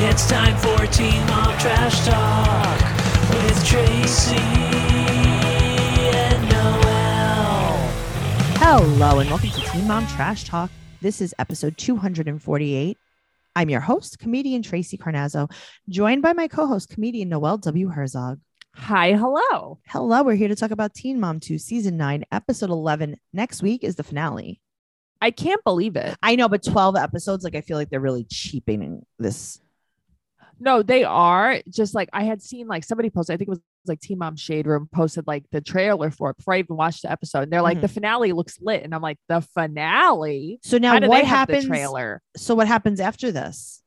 It's time for Team Up Trash Talk with Tracy and Noel. Hello and welcome to Team Mom Trash Talk. This is episode 248. I'm your host, comedian Tracy Carnazzo, joined by my co-host, comedian Noel W. Herzog. Hi, hello. Hello, we're here to talk about Teen Mom 2, season 9, episode 11. Next week is the finale. I can't believe it. I know, but 12 episodes, like I feel like they're really cheapening this. No, they are just like I had seen like somebody posted, I think it was like Team Mom Shade Room posted like the trailer for it before I even watched the episode. And they're like, the finale looks lit. And I'm like, the finale? So Mm-hmm. now How do they what have the happens? trailer? So what happens after this?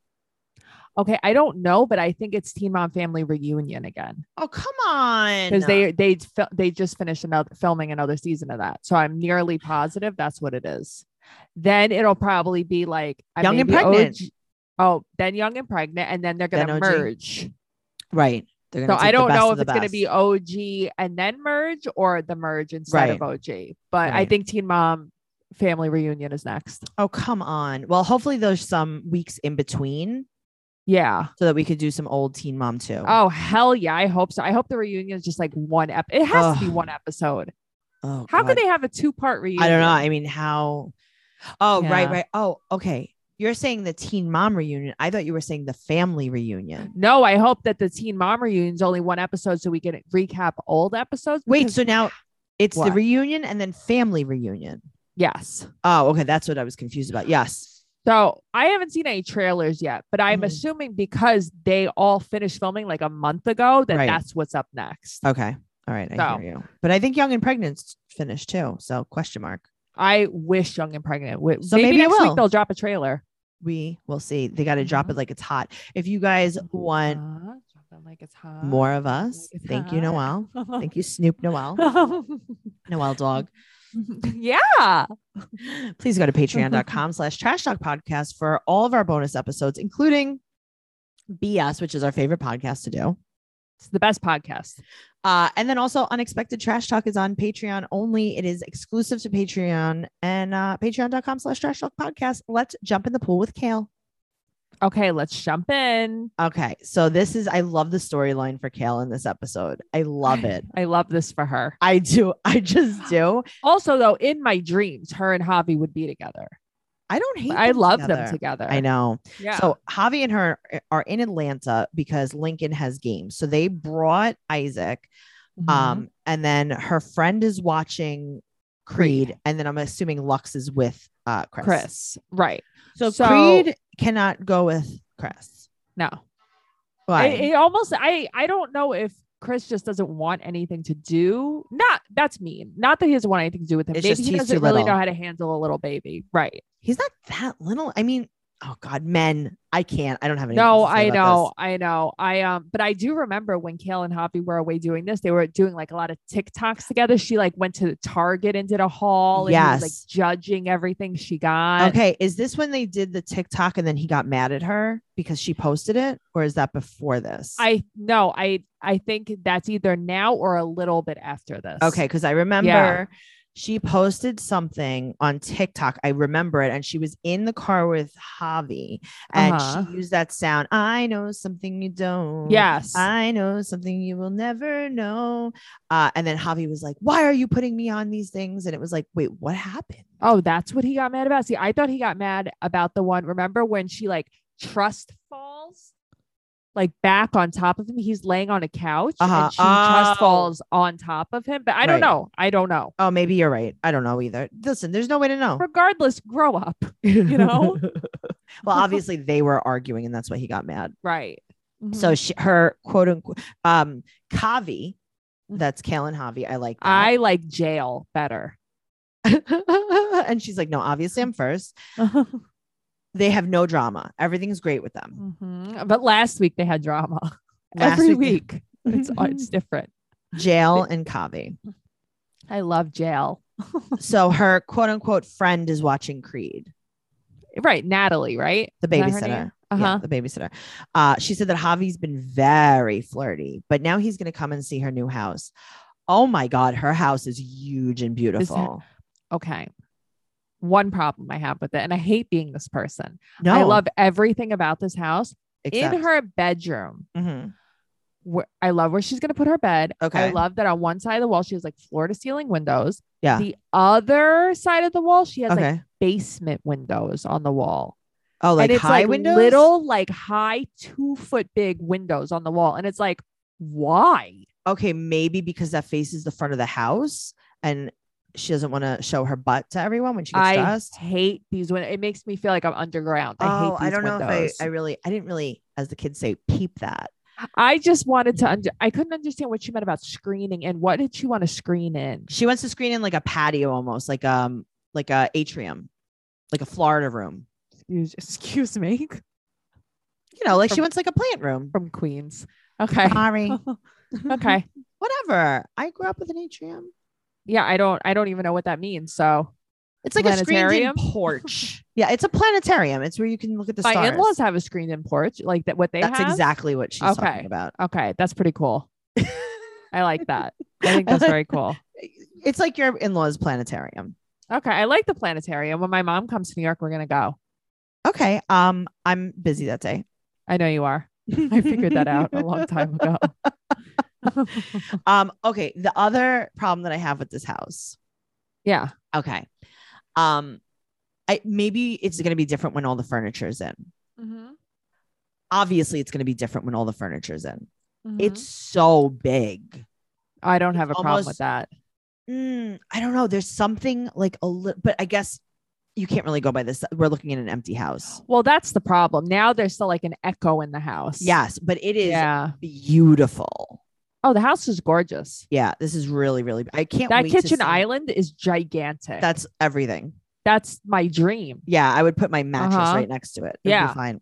Okay, I don't know, but I think it's Teen Mom Family Reunion again. Oh, come on. Because they they fil- they just finished another filming another season of that. So I'm nearly positive that's what it is. Then it'll probably be like I Young and maybe Pregnant. OG oh, then young and pregnant, and then they're Then gonna OG. merge. right. They're So gonna I take the don't best know of if the it's going to best. be OG and then merge or the merge instead of OG. But I Right. think Teen Mom Family Reunion is next. Oh, come on. Well, hopefully there's some weeks in between Yeah. so that we could do some old Teen Mom too. Oh hell yeah! I hope so. I hope the reunion is just like one ep. It has to be Ugh. one episode. Oh, How God. could they have a two part reunion? I don't know. I mean, how? Oh, right, Yeah. right. Oh, okay. You're saying the Teen Mom reunion. I thought you were saying the family reunion. No, I hope that the Teen Mom reunion is only one episode, so we can recap old episodes. Wait, because- so now it's the What? reunion and then family reunion. yes. Oh, okay. That's what I was confused about. Yes. So I haven't seen any trailers yet, but I'm Mhm. assuming because they all finished filming like a month ago, that Right. that's what's up next. Okay. All right. I So- hear you. But I think Young and Pregnant's finished too. So question mark. I wish Young and Pregnant would. So maybe, maybe I next will. week they'll drop a trailer. We will see. They got to drop Mhm. it like it's hot. If you guys want Uh, drop it like it's hot. more of us, it's thank you, hot. Noel. Thank you, Snoop Noel. Noel Dog. yeah. please go to patreon.com slash trash talk podcast for all of our bonus episodes including bs which is our favorite podcast to do It's the best podcast. uh, and then also unexpected trash talk is on patreon only it is exclusive to patreon and uh, patreon.com slash trash talk podcast let's jump in the pool with kale Okay, let's jump in. okay so this is i love the storyline for kale in this episode i love it I love this for her. i do i just do Also, though, in my dreams, her and Javi would be together. i don't hate I them love together. them together. i know Yeah. So Javi and her are in Atlanta because Lincoln has games. So they brought Isaac, Mhm. um, and then her friend is watching Creed, and then I'm assuming Lux is with uh, Chris. Chris. Right. So, So- Creed cannot go with Chris. No. Why? It, it almost I I don't know if Chris just doesn't want anything to do. Not that's mean. Not that he doesn't want anything to do with him. It's Maybe just he he's doesn't too really little. know how to handle a little baby. Right. He's not that little. I mean, oh God, men. I can't. I don't have any. No, I know, I know. I um, but I do remember when Kale and Hoppy were away doing this, they were doing like a lot of TikToks together. She like went to Target and did a haul and he Yes. was, like judging everything she got. Okay, is this when they did the TikTok and then he got mad at her because she posted it, or is that before this? I no, I I think that's either now or a little bit after this. Okay, because I remember she posted something on TikTok. I remember it, and she was in the car with Javi, and Uh-huh. she used that sound. I know something you don't. Yes. I know something you will never know. Uh, and then Javi was like, "Why are you putting me on these things?" And it was like, "Wait, what happened?" oh, that's what he got mad about. See, I thought he got mad about the one. Remember when she like trust falls? Like back on top of him, he's laying on a couch Uh-huh. and she trust Oh. falls on top of him. But I don't Right. know. I don't know. Oh, maybe you're right. I don't know either. Listen, there's no way to know. regardless, grow up, you know? well, obviously they were arguing, and that's why he got mad. right. So Mm. she, her quote unquote, um, Kavi, that's Kalen Javi. I like. That. Mm-hmm. I like jail better. and she's like, no, obviously I'm first. They have no drama. Everything's great with them. Mhm. But last week they had drama. Last Every week- week, it's uh, it's different. Jail and Kavi. I love jail. So her quote unquote friend is watching Creed, Right, Natalie. Right, the Is that her babysitter. name? Uh huh. Yeah, the babysitter. Uh, she said that Javi's been very flirty, but now he's going to come and see her new house. Oh my God, her house is huge and beautiful. Okay. One problem I have with it, and I hate being this person. No, I love everything about this house, Except- in her bedroom. Mhm. Where, I love where she's gonna put her bed. Okay. I love that on one side of the wall she has like floor to ceiling windows. Yeah. The other side of the wall she has Okay. like basement windows on the wall. oh, like and it's high like windows. little like high two foot big windows on the wall, and it's like why? Okay, maybe because that faces the front of the house, and she doesn't want to show her butt to everyone when she gets I dressed. hate these windows. It makes me feel like I'm underground. I hate oh, these I don't know windows. if I, I really, I didn't really, as the kids say, peep that. I just wanted to. Under- I couldn't understand what she meant about screening and what did she want to screen in? She wants to screen in like a patio almost, like um, like a atrium, like a Florida room. Excuse, excuse me, You know, like she From- wants like a plant room. from Queens. Okay. Sorry. okay. Whatever. I grew up with an atrium. Yeah, I don't. I don't even know what that means. So It's like a screened-in Planetarium? porch. yeah, it's a planetarium. It's where you can look at the my stars. in-laws have a screened-in porch, like that. What they That's have. exactly what she's Okay. talking about. Okay, that's pretty cool. I like that. I think that's very cool. It's like your in-laws planetarium. Okay, I like the planetarium. When my mom comes to New York, we're gonna go. Okay. Um, I'm busy that day. I know you are. I figured that out a long time ago. Um, okay. The other problem that I have with this house. yeah. Okay. Um, I maybe it's gonna be different when all the furniture's in. Mm-hmm, Obviously, it's gonna be different when all the furniture's in. Mm-hmm. It's so big. I don't have a it's problem with almost- that. Mm, I don't know. There's something like a little, but I guess you can't really go by this. We're looking at an empty house. Well, that's the problem. Now there's still like an echo in the house. Yes, but it is Yeah. beautiful. Oh, the house is gorgeous. Yeah, this is really, really. I can't. That wait to kitchen see- island is gigantic. That's everything. that's my dream. Yeah, I would put my mattress Uh-huh. right next to it. It'd be Yeah. Mm-hmm. fine.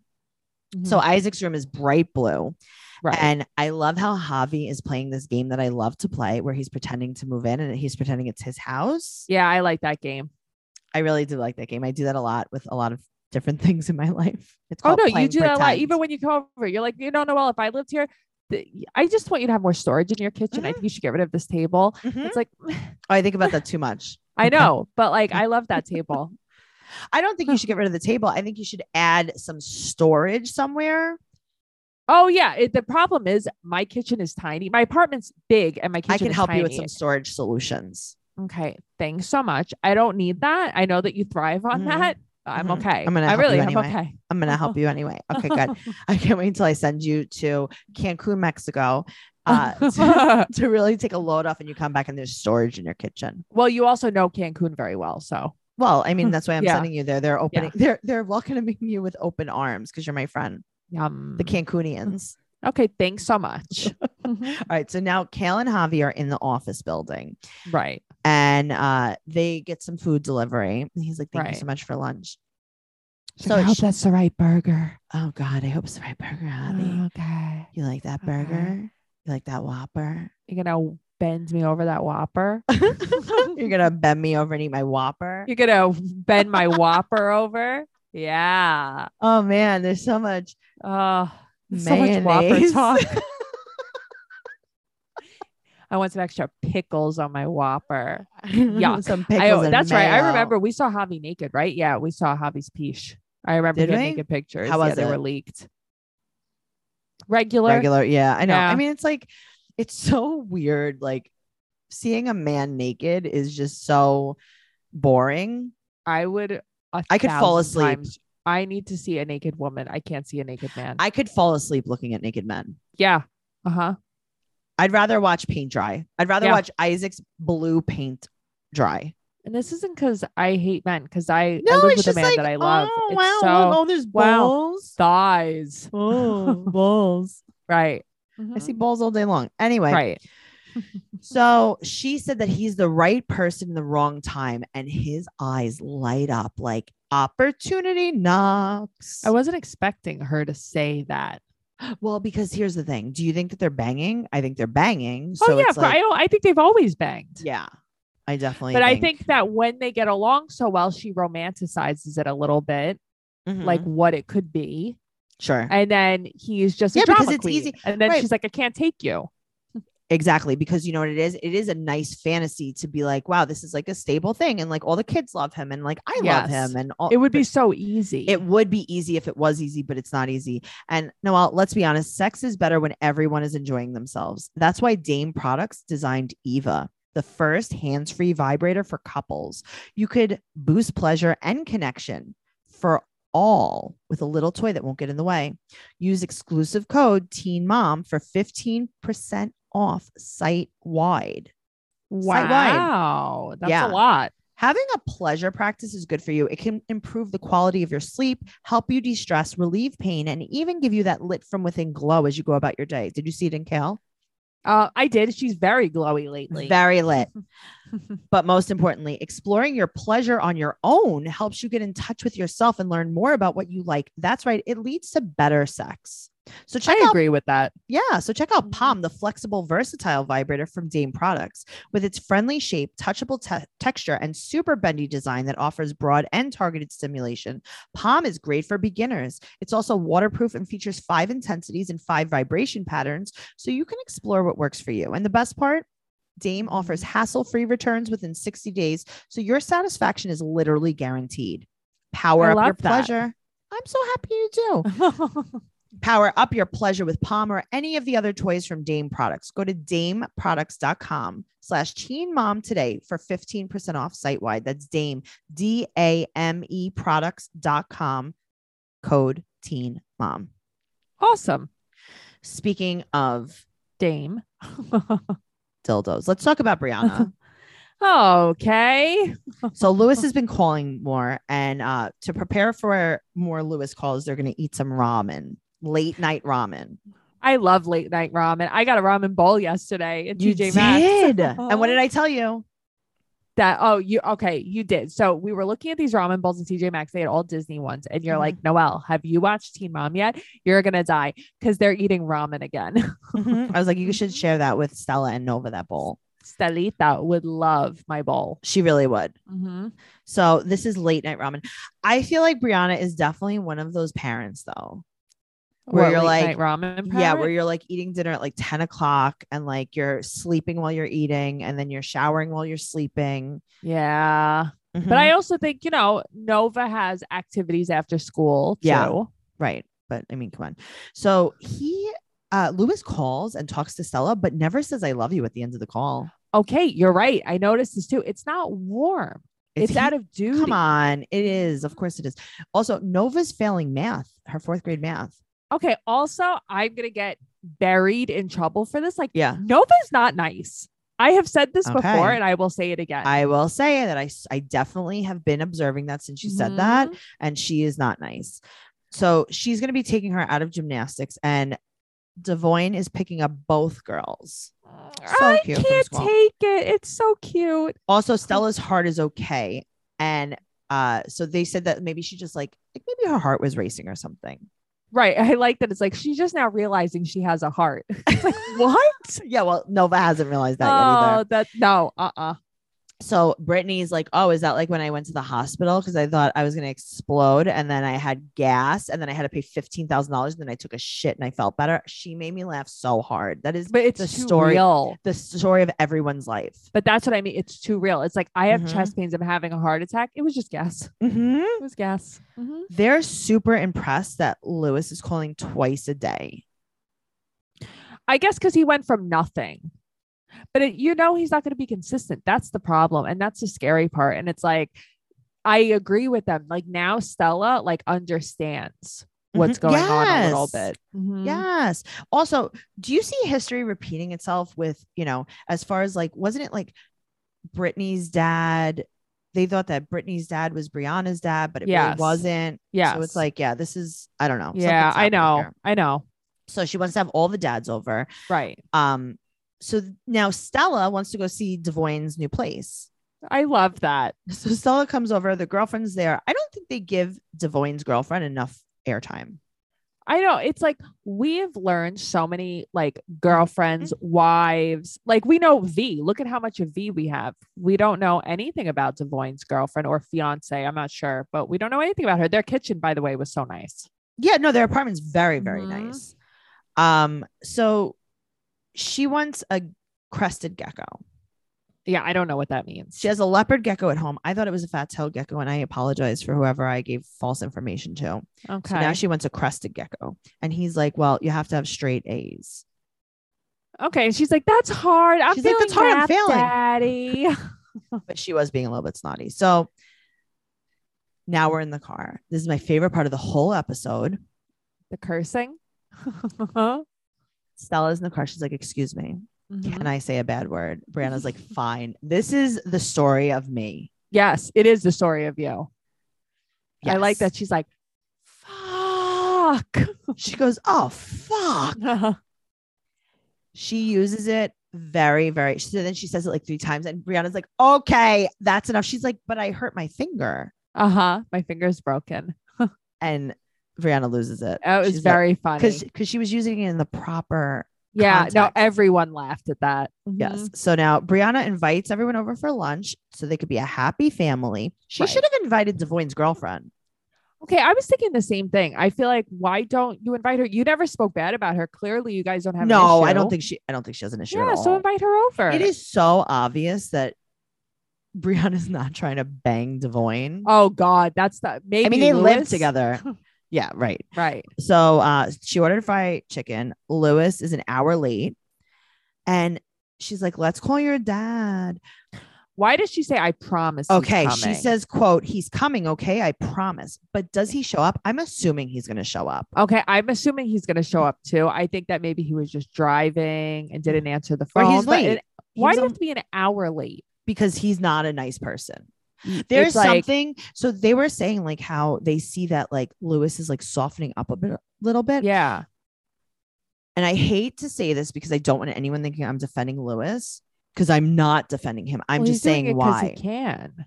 Mm-hmm. So Isaac's room is bright blue, right. and I love how Javi is playing this game that I love to play, where he's pretending to move in and he's pretending it's his house. yeah, I like that game. I really do like that game. I do that a lot with a lot of different things in my life. It's Oh called no, you playing do that a lot. pretend. Even when you come over, you're like, you know, Noel, if I lived here, th- I just want you to have more storage in your kitchen. Mm-hmm. I think you should get rid of this table. Mhm. It's like Oh, I think about that too much. I Okay. know, but like I love that table. I don't think you should get rid of the table. I think you should add some storage somewhere. Oh yeah, it, the problem is my kitchen is tiny. My apartment's big, and my kitchen. I can is help you with tiny. some storage solutions. Okay, thanks so much. I don't need that. I know that you thrive on Mhm. that. I'm Mhm. okay. I'm gonna I help really you am anyway. okay. I'm going to help Uh-huh. you anyway. Okay, good. I can't wait until I send you to Cancun, Mexico uh, to, to really take a load off and you come back and there's storage in your kitchen. well, you also know Cancun very well, so Well, I mean, that's why I'm Hmm. Yeah. sending you there. They're opening, they're, they're welcoming you with open arms because you're my friend, yum. the Cancunians. okay, thanks so much. Mhm. All right. So now Kale and Javi are in the office building. right. and uh, they get some food delivery. And he's like, "Thank you so Right. much for lunch." So I So hope she- that's the right burger. oh god, I hope it's the right burger, Uh-huh. honey. Okay. You like that okay. burger? Uh-huh. You like that Whopper? You're gonna bend me over that Whopper. You're gonna bend me over and eat my Whopper? You're gonna bend my Whopper over. Yeah. Oh man, there's so much Oh, so much Whopper mayonnaise. talk. I want some extra pickles on my Whopper. Yuck. some I- pickles. and that's right. I mayo. remember we saw Javi naked, right? Yeah, we saw Javi's peach. I remember Did getting we? naked pictures. How yeah, was they were it? leaked. Regular. regular. Yeah, I know. I Yeah. mean, it's like it's so weird. Like seeing a man naked is just so boring. I would. I I could fall asleep. I need to see a naked woman. I can't see a naked man. I could fall asleep looking at naked men. yeah. Uh huh. I'd rather watch paint dry. I'd rather Yeah. watch Isaac's blue paint dry. And this isn't because I hate men, because I, I live with a man that I love. Oh, it's wow, so look, oh, there's wow. balls. thighs. Oh, balls. Right. I see balls all day long. Anyway, Right. so she said that he's the right person in the wrong time, and his eyes light up like opportunity knocks. I wasn't expecting her to say that. well, because here's the thing: Do you think that they're banging? I think they're banging. So oh yeah, it's but I like, don't- I think they've always banged. yeah, I definitely. But I think that when they get along so well, she romanticizes it a little bit, Mhm. like what it could be, sure, and then he's just a Yeah, because drama it's queen. easy- And then right. she's like, "I can't take you." Exactly. Because you know what it is? It is a nice fantasy to be like, wow, this is like a stable thing. And like all the kids love him and like I love Yes. him. And all It would be but so easy. it would be easy if it was easy, but it's not easy. And Noel, let's be honest, sex is better when everyone is enjoying themselves. That's why Dame Products designed Eva, the first hands-free vibrator for couples. You could boost pleasure and connection for all with a little toy that won't get in the way. Use exclusive code Teen Mom for 15% off site wide. site wide. wow. That's Yeah. a lot. Having a pleasure practice is good for you. It can improve the quality of your sleep, help you de stress, relieve pain, and even give you that lit from within glow as you go about your day. Did you see it in Kale? Uh, I did. She's very glowy lately. Very lit. but most importantly, exploring your pleasure on your own helps you get in touch with yourself and learn more about what you like. That's right. It leads to better sex. So check I out agree with that. Yeah, so check out Mhm. Palm, the flexible, versatile vibrator from Dame Products. With its friendly shape, touchable te- texture, and super bendy design that offers broad and targeted stimulation, Palm is great for beginners. It's also waterproof and features five intensities and five vibration patterns, so you can explore what works for you. And the best part, Dame offers Mm-hmm. hassle free returns within 60 days, so your satisfaction is literally guaranteed. Power I up your love that. pleasure. I'm so happy you do. Power up your pleasure with Palm or any of the other toys from Dame Products. Go to dameproducts.com slash teen mom today for 15% off site wide. That's Dame, D A M E products.com, code teen mom. awesome. Speaking of Dame. dildos, let's talk about Brianna. okay. so, Lewis has been calling more, and uh, to prepare for more Lewis calls, they're going to eat some ramen, late night ramen. I love late night ramen. I got a ramen bowl yesterday at You TJ Maxx. Oh. did. and what did I tell you? that oh you okay you did so we were looking at these ramen bowls in tj maxx they had all disney ones and you're Mhm. like noel have you watched teen mom yet you're gonna die because they're eating ramen again Mhm. I was like, you should share that with Stella and Nova that bowl. stelita would love my bowl She really would. mm-hmm. So this is late night ramen. I feel like Brianna is definitely one of those parents though, where you're like, ramen yeah, parent? where you're like eating dinner at like 10 o'clock and like you're sleeping while you're eating and then you're showering while you're sleeping. yeah Mm-hmm. but i also think you know nova has activities after school Yeah. too. right. But I mean, come on. So he uh Lewis calls and talks to Stella, but never says I love you at the end of the call. okay you're right i noticed this too it's not warm it's, he- out of duty Come on, it is. Of course it is. Also, Nova's failing math, her fourth grade math. okay also i'm gonna get buried in trouble for this like Yeah. Nova's not nice. I have said this before Okay. and I will say it again. I will say that I, s- I definitely have been observing that since you said that. Mhm. and she is not nice. So she's going to be taking her out of gymnastics, and Devoyne is picking up both girls. So Mm-hmm. I cute from can't school. take it. It's so cute. Also, Stella's heart is okay, and uh, so they said that maybe she just like like maybe her heart was racing or something. Right. I like that it's like she's just now realizing she has a heart. It's like, what? Yeah, well, Nova hasn't realized that yet oh, either. that no, uh-uh. So Brittany's like, "Oh, is that like when I went to the hospital because I thought I was going to explode, and then I had gas, and then I had to pay fifteen thousand dollars, and then I took a shit and I felt better." She made me laugh so hard. That is But it's The too story- real. the story of everyone's life. But that's what I mean. It's too real. It's like I have Mhm. chest pains. I'm having a heart attack. It was just gas. Mm-hmm. It was gas. Mhm. they're super impressed that Lewis is calling twice a day. I guess because he went from nothing. But it, you know, he's not going to be consistent. That's the problem. And that's the scary part. And it's like, I agree with them. Like now, Stella like understands what's Mhm. going on a little Yes. bit. Mhm. Yes. Also, do you see history repeating itself with, you know, as far as like, wasn't it like Brittany's dad? They thought that Brittany's dad was Brianna's dad, but it really Yes. wasn't. Yes. So it's like, yeah, this is, I don't know. Something's yeah, I happening know. here. I know. So she wants to have all the dads over. Right. Um, so th- now Stella wants to go see Devoyne's new place. I love that. So Stella comes over, the girlfriend's there. I don't think they give Devoyne's girlfriend enough airtime. I know. It's like we have learned so many like girlfriends, Mm-hmm. wives. Like we know V. Look at how much of V we have. We don't know anything about Devoyne's girlfriend or fiance. I'm not sure, but we don't know anything about her. Their kitchen, by the way, was so nice. Yeah, no, their Mm-hmm. apartment's very, very Mhm. nice. Um, so she wants a crested gecko. Yeah, I don't know what that means. She has a leopard gecko at home. I thought it was a fat-tailed gecko, and I apologize for whoever I gave false information to. okay. So now she wants a crested gecko, and he's like, "Well, you have to have straight A's." okay. And she's like, that's hard. I'm She's like, feeling "That's hard. I'm that, failing." Daddy. But she was being a little bit snotty. So now we're in the car. This is my favorite part of the whole episode. The cursing. Stella's in the car. She's like, "Excuse me, Mhm. can I say a bad word?" Brianna's like, "Fine." This is the story of me. Yes, it is the story of you. I Yes. like that she's like, fuck. She goes, "Oh fuck." She uses it very, very. So then she says it like three times, and Brianna's like, "Okay, that's enough." She's like, "But I hurt my finger," uh huh. My finger's broken. and Brianna loses it. That was She's like- very funny. because because she was using it in the proper Yeah. No, context. everyone laughed at that. yes Mhm. so now brianna invites everyone over for lunch so they could be a happy family she Right. should have invited devoyne's girlfriend Mm-hmm. Okay. I was thinking the same thing. I feel like, why don't you invite her? You never spoke bad about her. Clearly, you guys don't have an no i don't issue. think she i don't think she has an issue Yeah. at all So invite her over. it is so obvious that brianna's not trying to bang devoyne Oh, God. That's the maybe. i mean they live Lewis. together yeah right Right. so uh she ordered fried chicken lewis is an hour late and she's like let's call your dad Why does she say, I promise? he's Okay, she coming"? says, "quote He's coming. Okay, I promise." But does he show up? I'm assuming he's going to show up. Okay, I'm assuming he's going to show up too. I think that maybe he was just driving and didn't answer the Or phone. he's but late. it- He why was do you on- have to be an hour late? because he's not a nice person. There's It's like- something. So they were saying like how they see that like Lewis is like softening up a bit, little bit. Yeah. And I hate to say this because I don't want anyone thinking I'm defending Lewis because I'm not defending him. I'm Well, he's just doing saying it 'cause why. He can.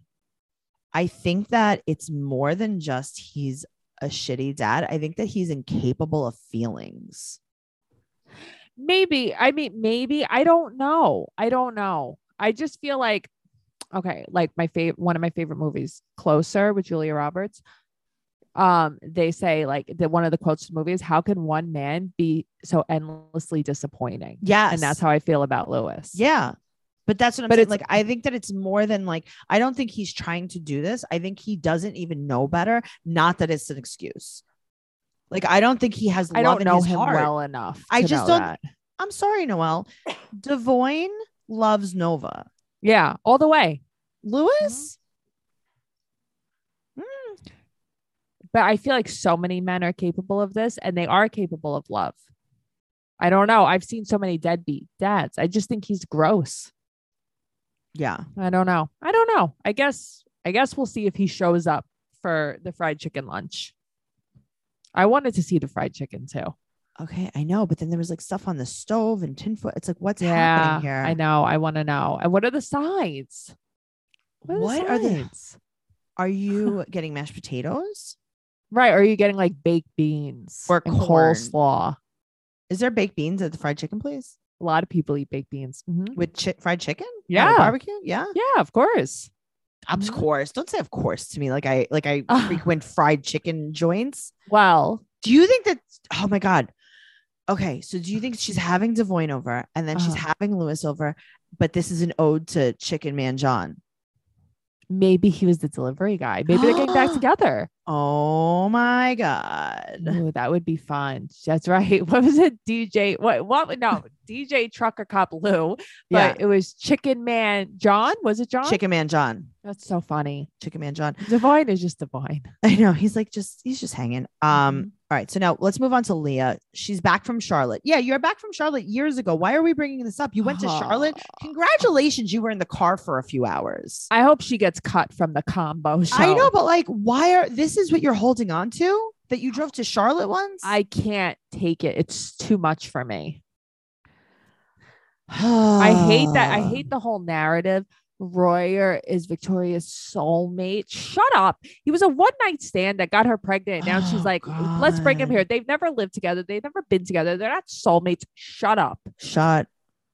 I think that it's more than just he's a shitty dad. I think that he's incapable of feelings. Maybe. I mean, maybe. I don't know. I don't know. I just feel like, okay, like my favorite, one of my favorite movies, Closer with Julia Roberts. Um, they say like that one of the quotes from the movie is, "How can one man be so endlessly disappointing?" Yes, And that's how I feel about Lewis. Yeah. But that's what I'm But saying. it's- Like, I think that it's more than like, I don't think he's trying to do this. I think he doesn't even know better. Not that it's an excuse. Like, I don't think he has love I don't in know his him heart. well enough. I to just don't- know that. I'm sorry, Noel. Devoyne loves Nova. Yeah, all the way. Lewis? Mm-hmm. Mm, But I feel like so many men are capable of this and they are capable of love. I don't know. I've seen so many deadbeat dads. I just think he's gross. Yeah. I don't know. I don't know. I guess I guess we'll see if he shows up for the fried chicken lunch. I wanted to see the fried chicken too. Okay. I know. But then there was like stuff on the stove and tinfoil. It's like, what's yeah, happening here? I know. I want to know. And what are the sides? What are the, sides? are you getting mashed potatoes? Right? Are you getting like baked beans Or and corn. coleslaw? Is there baked beans at the fried chicken place A lot of people eat baked beans. Mhm. with chi- fried chicken? On the Yeah. Barbecue? Yeah. Yeah, of course. Of Mhm. course. Don't say of course to me. Like I like I Ah. frequent fried chicken joints. Well, Do you think that oh my God. Okay. So do you think she's having Devoyne over and then she's Uh-huh. having Lewis over, but this is an ode to Chicken Man John? maybe he was the delivery guy. Maybe they're getting back together. Oh my God. Ooh, that would be fun. That's right. What was it? DJ. What? What? No, DJ Trucker Cop Lou. Yeah. But it was Chicken Man John. Was it John? Chicken Man John. That's so funny. Chicken Man John. Divine is just divine. I know. He's like just he's just hanging. Mm-hmm. Um, all right. So now let's move on to Leah. She's back from Charlotte. Yeah, you're back from Charlotte years ago. Why are we bringing this up? You went to Ah. Charlotte. Congratulations, you were in the car for a few hours. I hope she gets cut from the combo show. I know, but like, why are this is what you're holding on to that you drove to Charlotte once? I can't take it. It's too much for me. I I hate that. I hate Ah. the whole narrative. Royer is Victoria's soulmate. Shut up. He was a one night stand that got her pregnant. Now Oh, she's like, let's bring him God. here. They've never lived together. They've never been together. They're not soulmates. Shut up. shut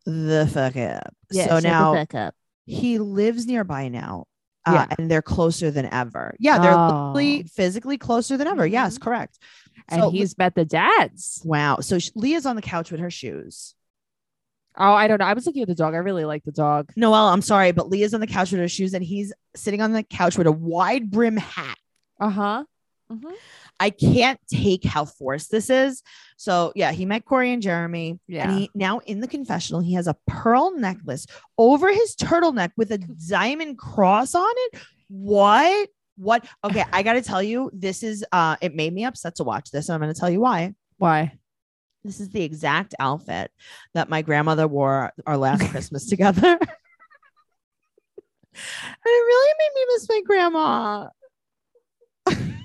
the fuck up. so now he lives nearby now, uh, Yeah. and they're closer than ever. Yeah, they're literally Oh. physically closer than ever. Yes, Mhm. correct. and So- he's met the dads. Wow. So sh- Leah's on the couch with her shoes. Oh, I don't know. I was looking at the dog. I really like the dog. Noel, I'm sorry, but Leah's on the couch with her shoes and he's sitting on the couch with a wide brim hat. Uh huh. hmm I can't take how forced this is. So yeah, he met Corey and Jeremy. Yeah. And he now in the confessional, he has a pearl necklace over his turtleneck with a diamond cross on it. What? What? Okay, I gotta tell you, this is uh it made me upset to watch this, and I'm gonna tell you why. Why? This is the exact outfit that my grandmother wore our last Christmas together. and it really made me miss my grandma.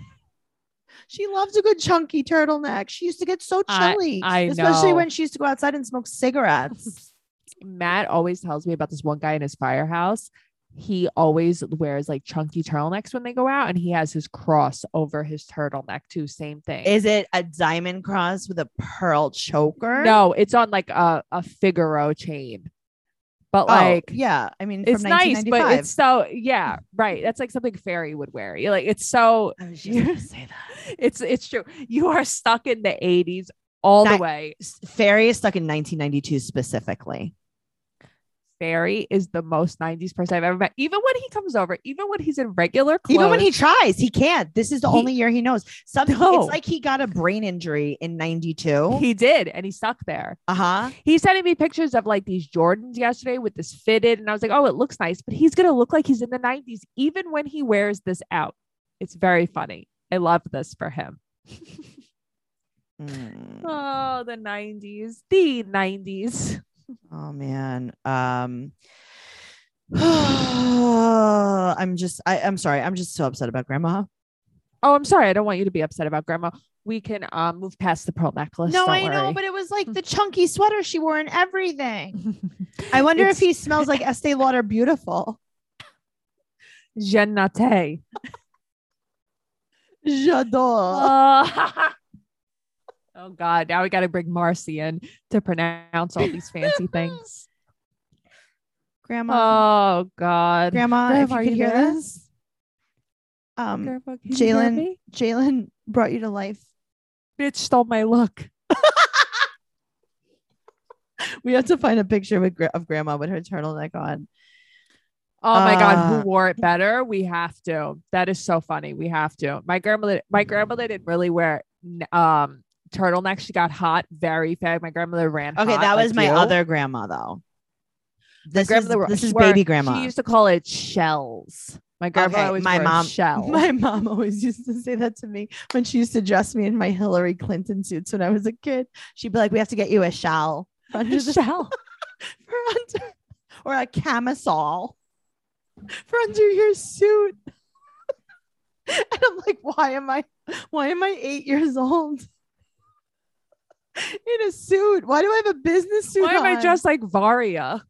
she loved a good chunky turtleneck. She used to get so I- chilly, I especially know. when she used to go outside and smoke cigarettes. Matt always tells me about this one guy in his firehouse. He always wears like chunky turtlenecks when they go out, and he has his cross over his turtleneck too. Same thing. is it a diamond cross with a pearl choker? no, it's on like a, a Figaro chain, but Oh, like yeah. I mean, it's from nice, but 1995. it's so yeah, right. That's like something fairy would wear. You're like it's so I was just gonna say that. it's it's true. You are stuck in the '80s all That- the way. S- Fairy is stuck in 1992 specifically. Fairy is the most '90s person I've ever met. Even when he comes over, even when he's in regular clothes, Even when he tries, he can't. This is the He- only year he knows. Something No. it's like he got a brain injury in 92. he did, and he stuck there. uh-huh. He's sending me pictures of like these Jordans yesterday with this fitted, and I was like, "Oh, it looks nice," but he's gonna look like he's in the '90s even when he wears this out. It's very funny. I love this for him. Mm. Oh, the '90s, the '90s. Oh man. Um I'm just I, I'm sorry. I'm just so upset about grandma. Oh, I'm sorry. I don't want you to be upset about grandma. We can um, move past the pearl necklace. no, Don't I know, worry. but it was like the chunky sweater she wore in everything. I wonder It's- if he smells like Estee Lauder beautiful. Jeanne Nate. J'adore. Oh. oh God! Now we got to bring Marcy in to pronounce all these fancy things. grandma. Oh God! grandma, if you Grandma, are could you hear there? this. Um Grandma, can you hear Jalen- me? Jalen brought you to life. bitch stole my look. We have to find a picture with, gra- of grandma with her turtleneck on. Oh my God! Uh. Who wore it better? We have to. That is so funny. We have to. My grandmother, my grandmother didn't really wear n- um turtleneck. She got hot very fast. My grandmother ran. Okay, hot that like was my you. other grandma though. This grandmother wore- is, this she is wore- baby grandma. She used to call it shells. My grandma Okay, always my my mom- mom shell. my mom always used to say that to me when she used to dress me in my Hillary Clinton suits when I was a kid. She'd be like, "We have to get you a shawl under the shell. for under, or a camisole for under your suit." and I'm like, "Why am I? Why am I eight years old in a suit? Why do I have a business suit? Why am I on?" dressed like Varia?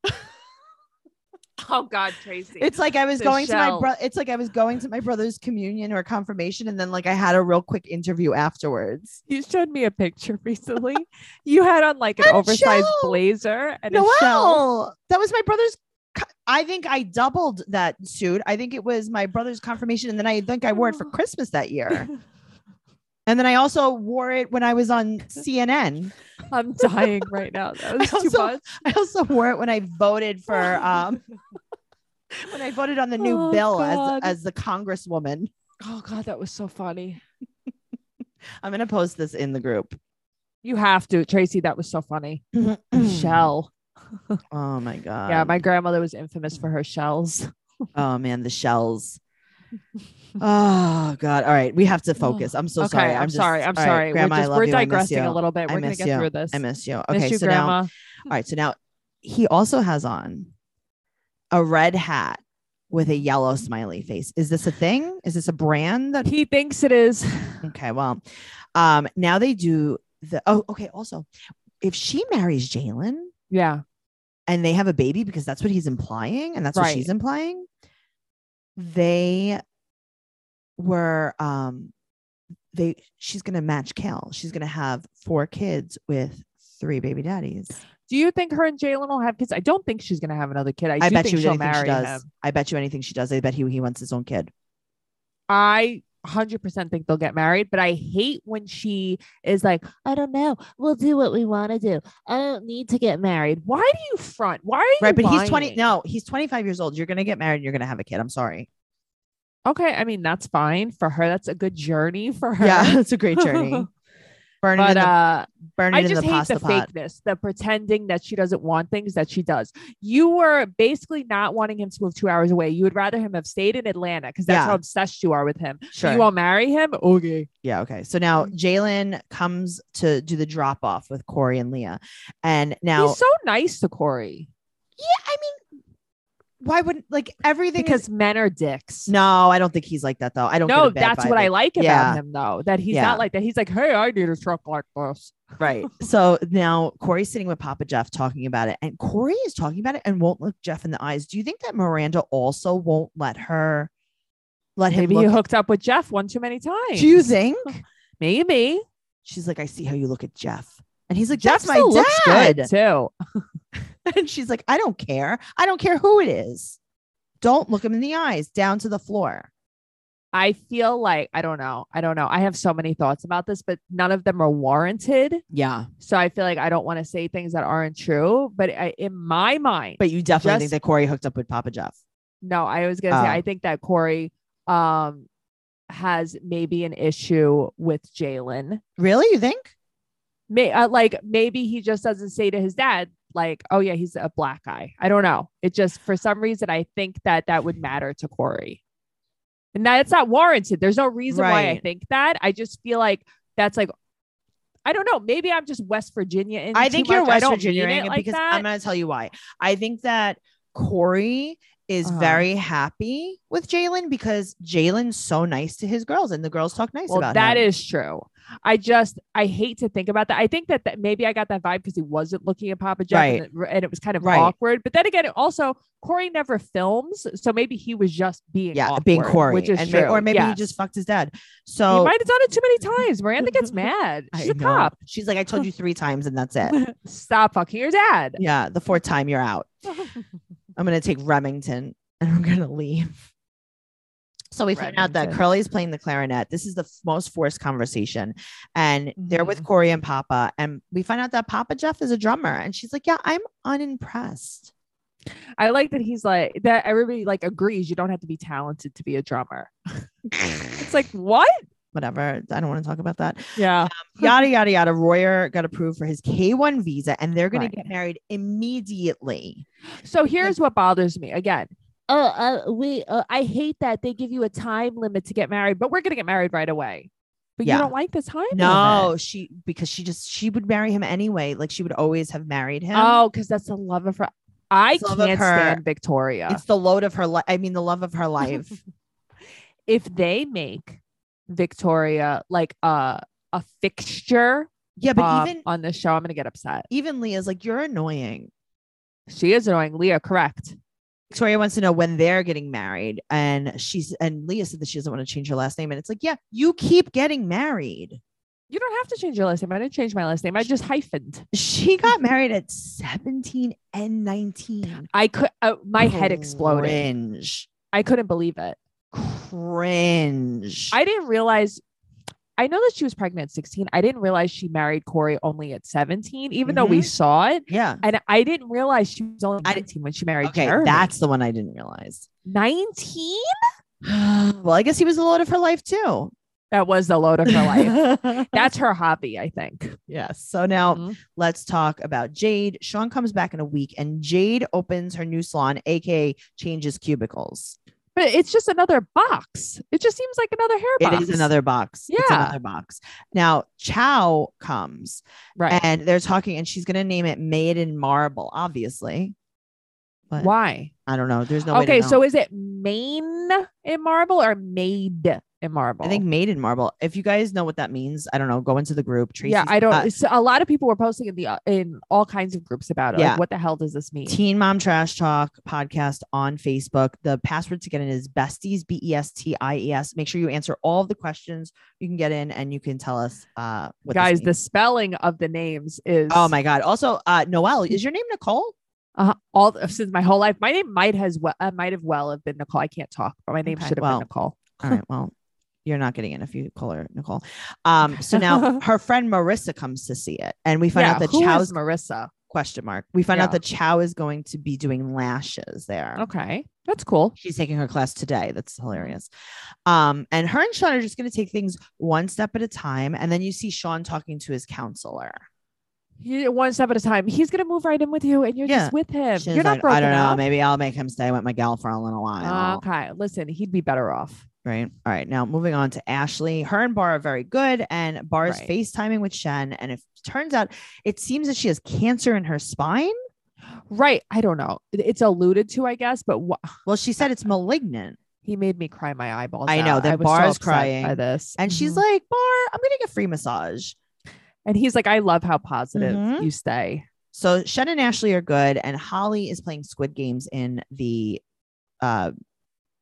oh God, Tracy. It's like I was The going to my shell. brother. It's like I was going to my brother's communion or confirmation, and then like I had a real quick interview afterwards. you showed me a picture recently. you had on like an And oversized shell. blazer and Noel, a shell. that was my brother's. co- I think I doubled that suit. I think it was my brother's confirmation, and then I think I wore it for Oh. Christmas that year. and then I also wore it when I was on CNN. I'm dying right now. That was I too also- much. I also wore it when I voted for um when I voted on the new Oh, bill God. as as the congresswoman. Oh God, that was so funny. I'm gonna post this in the group. You have to, Tracy. That was so funny. Mm. shell. Oh my god. yeah, my grandmother was infamous for her shells. Oh man, the shells. Oh God! All right, we have to focus. I'm so okay, sorry. I'm, just- sorry. I'm all right, sorry. Grandma, we're, I just, love we're you. I miss digressing you. a little bit. I we're gonna miss get you. through this. I miss you. Miss Okay, you, so now, Grandma. all right, so now he also has on a red hat with a yellow smiley face. Is this a thing? Is this a brand that? He thinks it is. Okay, well, um, now they do the. Oh, okay. Also, if she marries Jalen Yeah. and they have a baby, because that's what he's implying, and that's what Right. she's implying, they were um they she's gonna match Cal. She's gonna have four kids with three baby daddies. Do you think her and Jalen will have kids? I don't think she's gonna have another kid. I, I, do bet think you she'll anything she marry does. him. I bet you anything she does. I bet he he wants his own kid. I 100% think they'll get married, but I hate when she is like, I don't know, we'll do what we want to do. I don't need to get married. Why do you front? Why are you Right, but he's 20. lying? No, he's 25 years old. You're going to get married and you're going to have a kid. I'm sorry. Okay, I mean that's fine for her. That's a good journey for her. Yeah, it's a great journey. Burn it in But the, uh, burn I it in just the hate pasta the pot. fakeness, the pretending that she doesn't want things that she does. You were basically not wanting him to move two hours away. You would rather him have stayed in Atlanta because that's Yeah. how obsessed you are with him. Sure. You won't marry him? Okay. Yeah. Okay. So now Mm-hmm. Jalen comes to do the drop off with Corey and Leah. And now, He's so nice to Corey yeah, I mean, why wouldn't like everything? is- because men are dicks. no, I don't think he's like that though. I don't. get No, a bad that's vibe what I like- like about Yeah. him though. That he's Yeah. not like that. He's like, hey, I need a truck like this. Right. So now Corey's sitting with Papa Jeff talking about it, and Corey is talking about it and won't look Jeff in the eyes. Do you think that Miranda also won't let her let him Maybe he look? hooked up with Jeff one too many times. do you think? Maybe. She's like, I see how you look at Jeff, and he's like, Jeff That's my still looks dad. good too. And she's like, I don't care. I don't care who it is. Don't look him in the eyes, down to the floor. I feel like I don't know. I don't know. I have so many thoughts about this, but none of them are warranted. Yeah. So I feel like I don't want to say things that aren't true. But I, in my mind, But you definitely think Just- that Corey hooked up with Papa Jeff. no, I was gonna say Oh. I think that Corey um, has maybe an issue with Jalen. Really? You think? May, uh, like maybe he just doesn't say to his dad, like, "Oh yeah, he's a black guy." I don't know. It just for some reason I think that that would matter to Corey, and that's not warranted. There's no reason why I Right. think that. I just feel like that's like, I don't know. Maybe I'm just West Virginia. in I too think you're much. I West don't Virginia mean it like because that. I'm going to tell you why. I think that Corey is Uh-huh. very happy with Jalen because Jalen's so nice to his girls and the girls talk nice well, about that him. is true. I just I hate to think about that. I think that, that maybe I got that vibe because he wasn't looking at Papa Jeff, Right. and, it, and it was kind of Right. awkward. But then again, it also Corey never films, so maybe he was just being yeah, awkward, being Corey. which is and true. may- or maybe he Yes. just fucked his dad. He So might have done it too many times. Miranda gets mad. I She's a know. cop. She's like, I told you three times and that's it. Stop fucking your dad. Yeah, the fourth time you're out. I'm gonna take Remington and I'm gonna leave. So we find out that Remington. Curly's playing the clarinet. This is the f- most forced conversation. And they're with Mhm. Corey and Papa. And we find out that Papa Jeff is a drummer. And she's like, Yeah, I'm unimpressed. I like that he's like that. Everybody like agrees you don't have to be talented to be a drummer. it's like what? Whatever. I don't want to talk about that. Yeah. Yada, yada, yada. Royer got approved for his K1 visa and they're going Right. to get married immediately. So here's what bothers me again. Uh, uh we uh, I hate that they give you a time limit to get married, but we're gonna get married right away. But Yeah. you don't like the time? No, limit. she, because she just, she would marry him anyway. Like she would always have married him. Oh, because that's the love of her. I It's the love of can't her. stand Victoria. It's the load of her life. I mean, the love of her life. if they make Victoria like a a fixture yeah, but um, even on the show, I'm gonna get upset. even Leah's like, you're annoying. She is annoying. Leah, correct? Victoria wants to know when they're getting married, and she's and Leah said that she doesn't want to change her last name, and it's like, yeah, you keep getting married. You don't have to change your last name. I didn't change my last name. I just hyphened. She got married at seventeen and nineteen. I could. Uh, my head exploded. Cringe, I couldn't believe it. cringe. I didn't realize. I know that she was pregnant at 16. I didn't realize she married Corey only at 17, even though we Mm-hmm. saw it. yeah. And I didn't realize she was only I di- 19 when she married Okay, Jeremy. that's the one I didn't realize. 19? well, I guess he was the load of her life too. That was the load of her life. That's her hobby, I think. Yes. So now Mhm. let's talk about Jade. Sean comes back in a week and Jade opens her new salon, aka changes cubicles. But it's just another box. It just seems like another hair box. It is another box. It's Yeah. another box. Now Chow comes right. and they're talking and she's gonna name it Made in Marble, obviously. But Why? I don't know. There's no way. okay, to know. so is it Maine in marble or made in marble? I think Made in Marble. If you guys know what that means, I don't know. Go into the group. Tracy. yeah, I don't. uh, so a lot of people were posting in the uh, in all kinds of groups about it. Yeah. Like, what the hell does this mean? Teen Mom Trash Talk podcast on Facebook. The password to get in is besties, B E S T I E S. Make sure you answer all of the questions you can get in and you can tell us uh, what Guys, this the spelling of the names is means. Oh my God. Also, uh, Noelle, is your name Nicole? uh, all since my whole life. My name might has well uh, might have well have been Nicole. I can't talk, but my name Okay, should have well. been Nicole. All right. Well, you're not getting it if you call her Nicole. Um, so now her friend Marissa comes to see it, and we find out that who is Chow's Marissa. question mark. We find out Yeah. that Chow is going to be doing lashes there. Okay, that's cool. She's taking her class today. That's hilarious. Um, and her and Sean are just going to take things one step at a time. And then you see Sean talking to his counselor. He, one step at a time. He's gonna move right in with you, and you're Yeah. just with him. She's You're not like, broken I don't know. up. Uh. Maybe I'll make him stay with my gal for a little while. Okay, listen, he'd be better off. Right. All right. Now moving on to Ashley. Her and Bar are very good, and Bar is Right. FaceTiming with Shen. And it turns out it seems that she has cancer in her spine. Right? I don't know. It- It's alluded to, I guess, but wha- Well, she said it's malignant. he made me cry my eyeballs. I know, out. then I was so Bar's upset by crying, this, And she's Mhm. like, Bar, I'm gonna get free massage. Mm-hmm. and he's like, I love how positive Mhm. you stay. So Shen and Ashley are good, and Holly is playing Squid Games in the uh,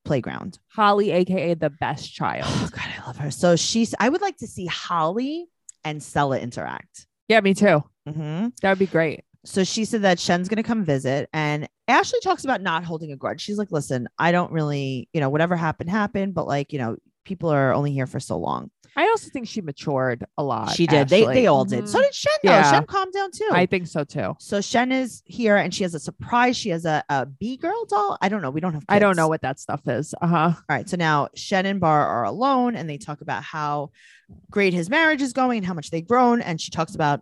playground. Holly, aka the best child. Oh God, I love her. So she's. I would like to see Holly and Stella interact. yeah, me too. hmm That would be great. So she said that Shen's going to come visit, and Ashley talks about not holding a grudge. She's like, "Listen, I don't really, you know, whatever happened happened, but like, you know." People are only here for so long. I also think she matured a lot. She did. They Ashley. they all did. So Mhm. did Shen though. Yeah. Shen calmed down too. I think so too. so Shen is here and she has a surprise. She has a, a B girl doll. I don't know. We don't have kids. I don't know what that stuff is. Uh huh. All right. So now Shen and Bar are alone and they talk about how great his marriage is going and how much they've grown. And she talks about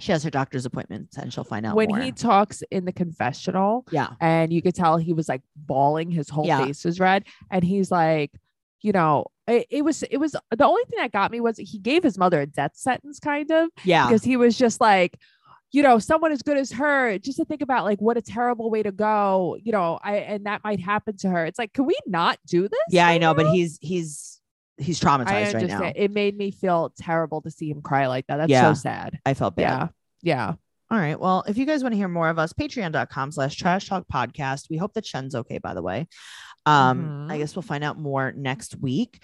she has her doctor's appointments and she'll find out When more. he talks in the confessional, yeah. and you could tell he was like bawling, his whole Yeah. face was red, and he's like, you know, it, it was it was the only thing that got me was he gave his mother a death sentence, kind of, Yeah. because he was just like. You know, someone as good as her, just to think about like what a terrible way to go, you know, I and that might happen to her. It's like, can we not do this? Yeah. I right know, now? but he's, he's, he's I traumatized right understand. now. It made me feel terrible to see him cry like that. That's Yeah. so sad. I felt bad. Yeah. Yeah. All right. Well, if you guys want to hear more of us, patreon.com slash trash talk podcast. We hope that Shen's okay, by the way. Um, I Mhm. guess we'll find out more next week.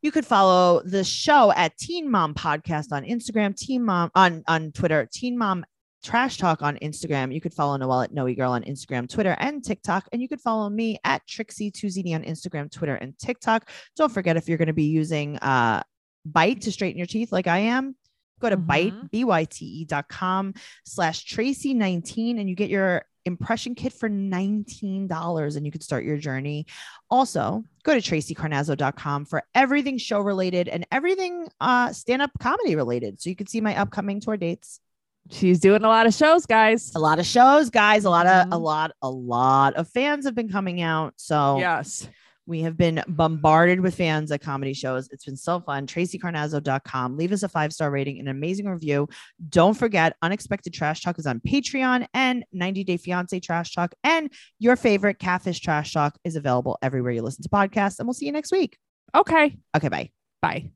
You could follow the show at Teen Mom Podcast on Instagram, Teen Mom on, on Twitter, Teen Mom Trash Talk on Instagram. You could follow Noelle at Noe Girl on Instagram, Twitter, and TikTok. And you could follow me at Trixie2ZD on Instagram, Twitter, and TikTok. Don't forget if you're going to be using uh, Bite to straighten your teeth like I am, go to Bite, Mhm. B-Y-T-E E dot com slash Tracy19 and you get your impression kit for $19 and you can start your journey. Also, go to tracycarnazzo.com for everything show related and everything uh, stand up comedy related. So you can see my upcoming tour dates. She's doing a lot of shows, guys. A lot of shows, guys. A lot of, a Mhm. lot, a lot of fans have been coming out. So Yes. we have been bombarded with fans at comedy shows. It's been so fun. TracyCarnazzo.com. Leave us a five star rating, an amazing review. Don't forget, Unexpected Trash Talk is on Patreon and 90 Day Fiance Trash Talk. And your favorite, Catfish Trash Talk, is available everywhere you listen to podcasts. And we'll see you next week. Okay. Okay, bye. Bye.